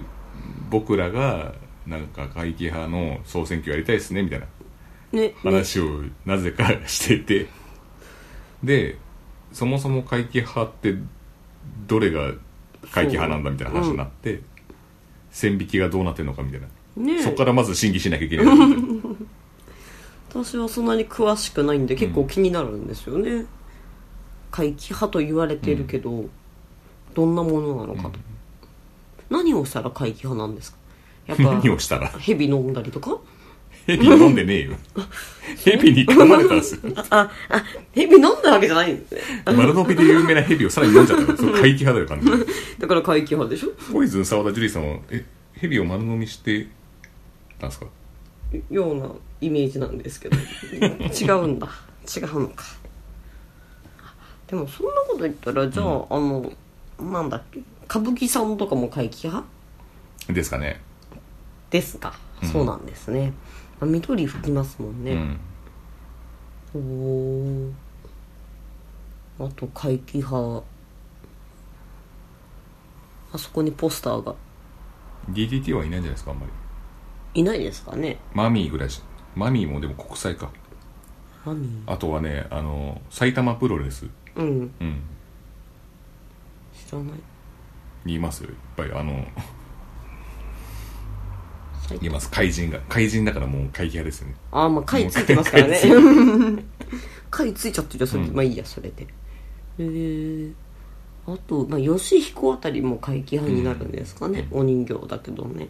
僕らがなんか怪奇派の総選挙やりたいですねみたいなね話をなぜかしててでそもそも怪奇派ってどれが怪奇派なんだみたいな話になって、線引きがどうなってるのかみたいな、ねえそこからまず審議しなきゃいけないうん私はそんなに詳しくないんで結構気になるんですよね、怪奇派と言われてるけど、どんなものなのかと、何をしたら怪奇派なんですかやっ何ぱをしたら蛇飲んだりとかヘビ飲んでねえよヘビに噛まれたんですよああ蛇飲んだわけじゃないんですね丸飲みで有名なヘビをさらに飲んじゃったからその怪奇派だよ完全にだから怪奇派でしょポイズン沢田樹里さんはえヘビを丸飲みしてたんですかようなイメージなんですけど違うんだ違うのかでもそんなこと言ったらじゃあ、あのなんだっけ歌舞伎さんとかも怪奇派ですかねですか、うんそうなんですね、まあ、緑吹きますもんうね、んおおあと怪奇派あそこにポスターが DDT はいないんじゃないですかあんまりいないですかねマミーぐらいしマミーもでも国際か何あとはねあの埼玉プロレス、うんうん、知らないにいますよいっぱいあの埼います怪人が怪人だからもう怪奇派ですよねああまあ貝ついてますからね 貝ついちゃってるよそれ、うんまあいいやそれでへえあと、まあ、吉彦あたりも怪奇派になるんですかね、お人形だけどね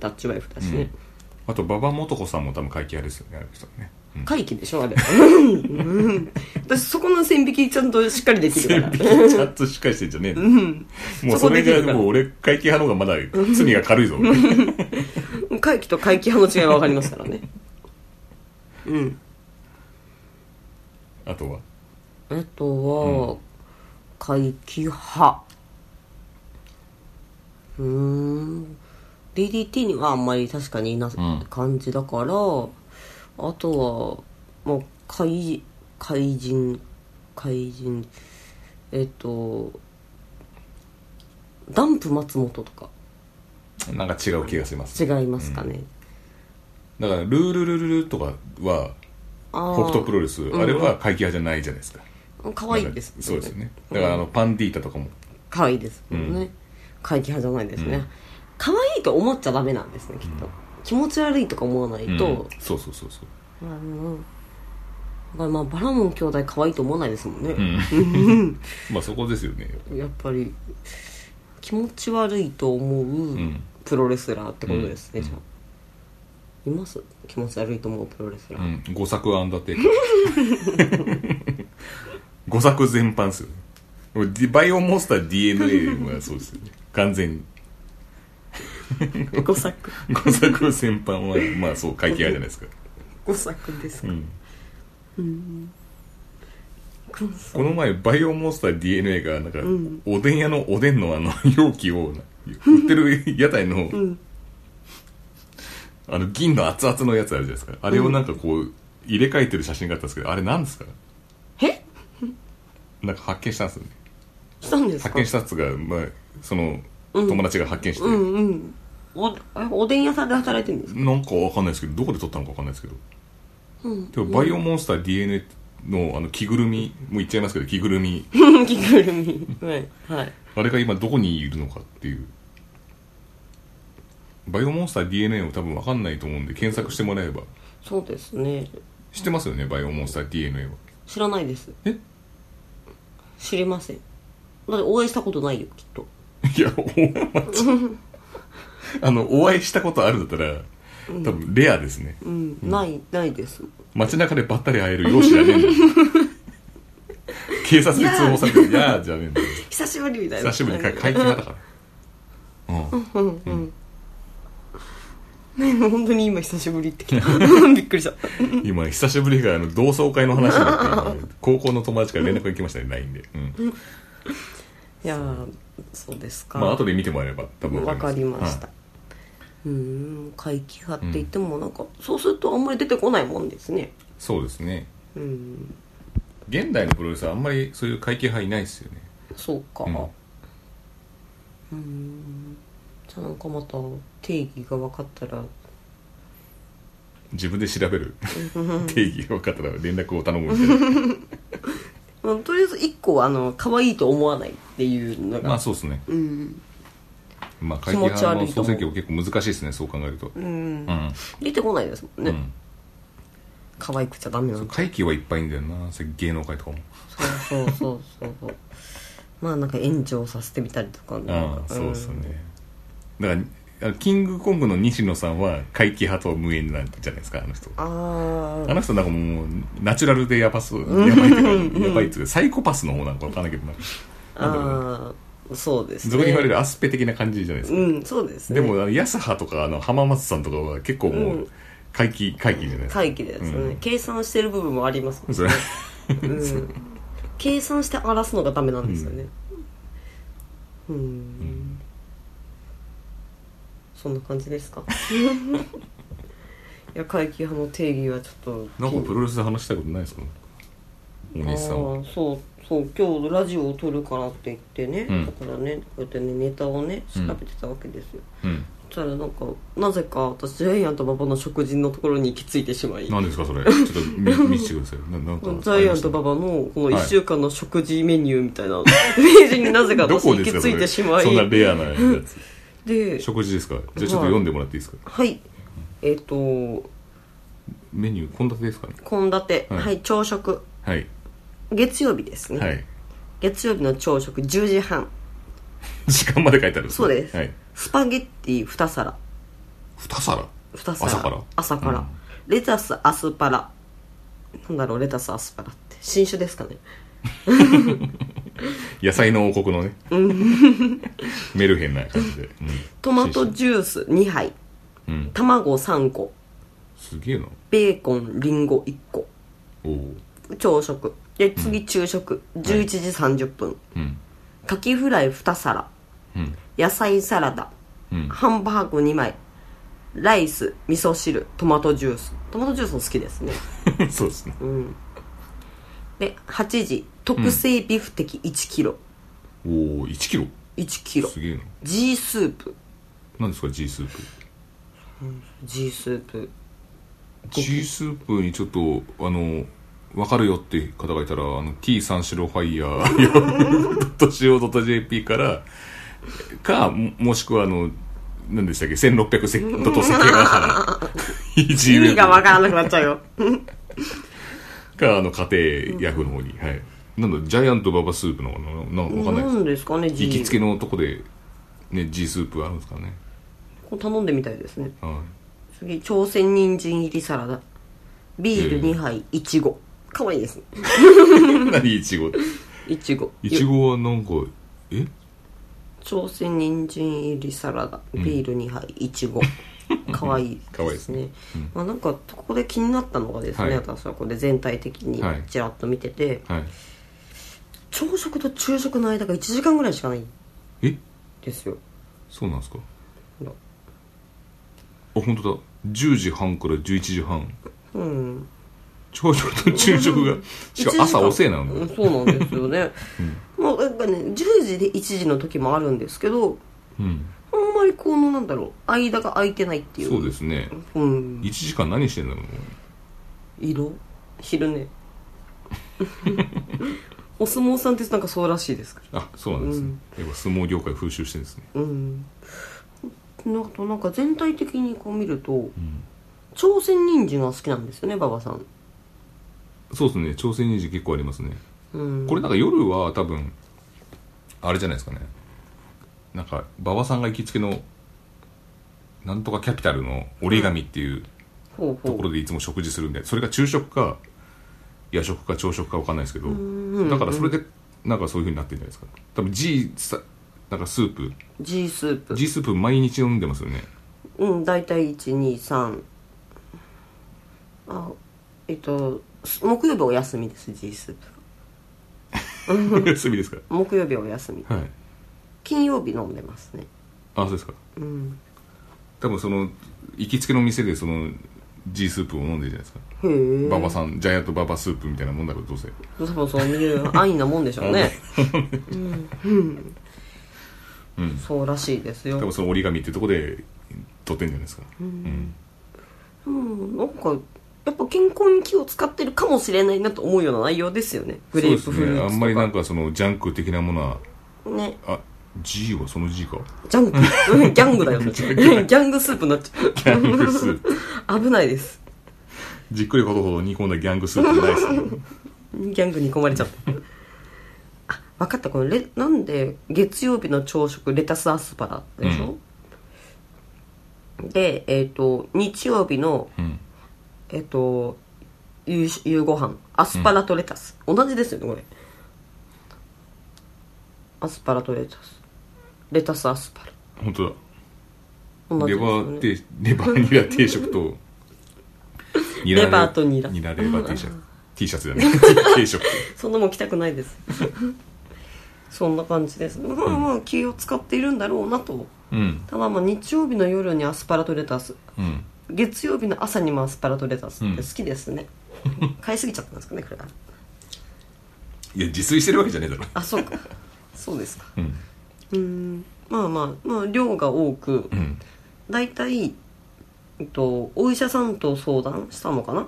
ダッチワイフだしね、あと馬場素子さんも多分怪奇派ですよねあの人ね、うん、怪奇でしょあれ うん私そこの線引きちゃんとしっかりできるからちゃんとしっかりしてんじゃねえの、もうそそこれできるかがらもう俺怪奇派の方がまだ罪が軽いぞ俺怪奇と怪奇派の違いは分かりますからねうんあとはあとは、怪奇派うーん DDT にはあんまり確かにいなうん感じだから、あとはもう怪怪人怪人えっとダンプ松本とかなんか違う気がします違いますかね、だからルールルルルとかはああ北斗プロレスあれは怪奇派じゃないじゃないですか可愛いですそうですよねだからあのパンディータとかも可愛いですもんね、怪奇派じゃないですね、可愛いと思っちゃダメなんですねきっと、気持ち悪いとか思わないと、うんそうそうそうそうあのだからまあバラモン兄弟可愛いと思わないですもんね、 まあそこですよねやっぱり気持ち悪いと思ううんプロレスラーってことですね、うんじゃあいます気持ち悪いと思うプロレスラうー、ん5作アン ダーテイク5作全般ですよねもうバイオモンスター DNA はそうですよね完全に 5作5作全般はまあそう怪奇派じゃないですか5作ですか、うんくんさんこの前バイオモンスター DNA がなんか、おでん屋のおでんのあ の容器を売ってる屋台 の、あの銀の熱々のやつあるじゃないですかあれをなんかこう入れ替えてる写真があったんですけどあれなんですかえなんか発見したんですよね来たんですか発見したやつが、まあ、その友達が発見して、うんうんおあおでん屋さんで働いてるん ですか なんかわかんないですけどどこで撮ったのかわかんないですけど、でもバイオモンスター DNA のあの着ぐるみもう言っちゃいますけど着ぐるみ着ぐるみはいはいあれが今どこにいるのかっていうバイオモンスター DNA も多分わかんないと思うんで検索してもらえばそうですね知ってますよねバイオモンスター DNA は知らないですえ知りませんだって応援したことないよきっと いやお前マジあのお会いしたことあるんだったら多分レアですね、うん、ないないです街中でばったり会える容姿じゃねえんだよ警察に通報されてる「いやー」じゃねえんだよ久しぶりみたいな久しぶりに会会見があったからうんね本当に今久しぶりって 来たびっくりした今久しぶりがあの同窓会の話になって今高校の友達から連絡が来ましたね LINE で、うんいやーそうですか、まあ後で見てもらえば多分わかりましうたんうーん怪奇派って言ってもなんか、そうするとあんまり出てこないもんですねそうですねうん現代のプロレスはあんまりそういう会計派いないですよねそうか、うんじゃあなんかまた定義が分かったら自分で調べる定義が分かったら連絡を頼むみたいなまあとりあえず一個はあの可愛いと思わないっていうのが、まあそうですねうんまあ、会気議持ち派悪のいと総思選う挙結構難しいですねそう考えると、うんうん出てこないですもんね、うん可愛くちゃダメなんだ会期はいっぱいいんだよなそれ芸能界とかもそうそうそうそうそう まあなんか延長させてみたりとかなんあかあそうですよねだからあキングコングの西野さんは会期派とは無縁なんじゃないですかあの人あーあの人なんかもうナチュラルでやばそうやばいっていうかやばいっていうかサイコパスの方なんかわかんないけどななんだろうなあーそうですね俗に言われるアスペ的な感じじゃないですか、うんそうですねでもあの安葉とかあの浜松さんとかは結構もう会期会期じゃないですか会議ですね、うん計算してる部分もありますもんそれね、うん、計算して荒らすのがダメなんですよねうん、そんな感じです かいや会議派の定義はちょっとなんかプロレスで話したいことないですか大西さんはあーそうそう今日ラジオを撮るからって言ってね、うんだからねこうやってねネタをね調べてたわけですよ、うんそしたらなんかなぜか私ジャイアント馬場の食事のところに行き着いてしまい何ですかそれちょっと見見せてくださいななんか ジャイアント馬バ場のこのはい1週間の食事メニューみ たいなページになぜかど私こ行ですきか着いてしまいそれそんなレアなやつで食事ですかじゃあちょっと読んでもらっていいですかはいえっ、とメニュー献立ですかね献立、はいはい朝食はい月曜日ですね、はい月曜日の朝食10時半時間まで書いてあるそうです、はいスパゲッティ2皿二皿2皿朝から朝からうんレタスアスパラなんだろうレタスアスパラって新種ですかね野菜の王国のねメルヘンな感じでうんトマトジュース2杯うん卵3個すげえなベーコンリンゴ1個おお朝食で次昼食、11時30分うんカキフライ2皿うん野菜サラダ、うんハンバーグ2枚ライス味噌汁トマトジューストマトジュースも好きですね そうですねで8時特製ビフテキ1キロ、おお1キロ1キロすげえな G スープ何ですか G スープ G スープ G スープにちょっとあの分かるよっていう方がいたらあの T 三四郎ファイヤー .co.jp からかももしくはあの何でしたっけ1600セットと関ヶ原意味が分かからなくなっちゃう よかあの家庭ヤフーの方に、はいなんだジャイアントババスープのかななんか分かんないなですんですかね G 行きつけのとこで、ね、G スープあるんですかね、これ頼んでみたいですねは次朝鮮人参入りサラダビール2杯いちごかわいいですねい、 何いちごいちごいちごはなんかえ朝鮮人参入りサラダビール2杯い ちごかわいいかわいいでですすねねまあなんかここで気になったのがですね、はい私はこれ全体的にはいちらっと見てて、はい朝食と昼食の間が1時間ぐらいしかないんえですよそうなんですかほらあ本当だ10時半から11時半うん朝食と昼食がしかも朝遅いなうのんそうなんです よね、もうなんかね10時で1時の時もあるんですけどうんあんまりこのなんだろう間が空いてないっていうそうですねうん1時間何してんだろう色昼寝 お相撲さんってなんかそうらしいですかあそうなんですね、やっぱ相撲業界風習してるんですねらうんあとなんか全体的にこう見ると、朝鮮人参が好きなんですよね馬場さんそうですね朝鮮人参結構ありますねうんこれなんか夜は多分あれじゃないですかねなんか馬場さんが行きつけのなんとかキャピタルの折り紙っていうほうほとこうろでいつも食事するんでそれが昼食か夜食か朝食か分かんないですけどだからそれでなんかそういう風になってるんじゃないですか多分 G さなんかスープ G スープ G スープ毎日飲んでますよねうん大体123あえっとす木曜日お休みです G スー プ休みですか木曜日お休みはい金曜日飲んでますねあそうですか多分その行きつけの店でその G スープを飲んでるじゃないですかへえ馬場さんジャイアント馬場スープみたいなもんだからどうせ多分そういう安易なもんでしょうねうん、うんそうらしいです多よ分その折り紙ってとこで取ってんじゃないですかうんうんなんかやっぱ健康に気を使ってるかもしれないなと思うような内容ですよねグレープフルーツとそうでかすねあんまりなんかそのジャンク的なものはねあ G はその G か ジャング、うん ギャングだよ。ギャングスープになっちギャングスープゃう。危ないです。じっくりほどほど煮込んだギャングスープ大好きギャングに込まれちゃった。あ、分かった。このレ、なんで月曜日の朝食、レタスアスパラでしょ、で、えっ、と、日曜日の、うんえっ、と、夕し夕ご飯アスパラとレタス、同じですよねこれアスパラとレタスレタスアスパラ本当だ同じレですバよーね定レバーニラ定食とニラレバーとニラニラレバー T シャツ T シャツだね定食そんなもん着たくないです そんな感じですまあまあ気を使っているんだろうなとうんただまあ日曜日の夜にアスパラとレタスうん月曜日の朝にもアスパラとレタスってうん好きです ね、買いすぎちゃったんですかねこれはいや自炊してるわけじゃねえだろあそうかそうですかうんうーんまあまあまあ量が多くうん大体、えっと、お医者さんと相談したのかな、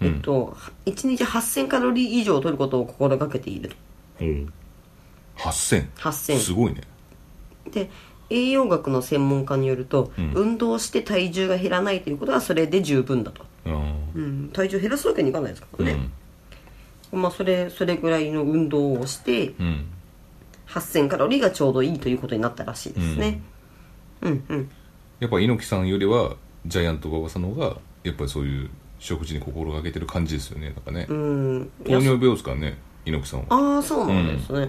うんえっと1日8000カロリー以上取ることを心がけているとうん8000 8000すごいねで栄養学の専門家によると、うん運動して体重が減らないということはそれで十分だと、うんうん、体重減らすわけにいかないですからね、まあ、それそれぐらいの運動をしてうん8000カロリーがちょうどいいということになったらしいですね、うん、うんやっぱ猪木さんよりはジャイアント馬場さんの方がやっぱりそういう食事に心がけてる感じですよねなんかねうん糖尿病ですからね猪木さんはああそうなんですね、やっ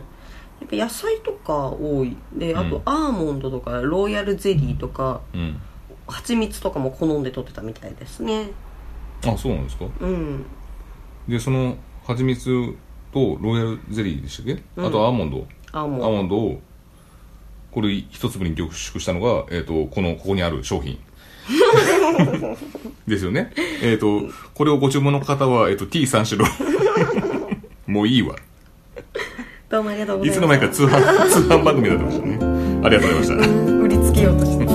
ぱ野菜とか多いであうんとアーモンドとかロイヤルゼリーとかうん蜂蜜とかも好んで取ってたみたいですねあそうなんですかうんでその蜂蜜とロイヤルゼリーでしたっけ、うんあとアーモンドアーモアンドーモンドをこれ一粒に凝縮したのが、えー、とこのここにある商 品ですよねえっ、とこれをご注文の方は、えー、と T3 種類もういいわどうもありがとうございいますつの間にか通販通販番組になってましたねありがとうございました売りつけようとして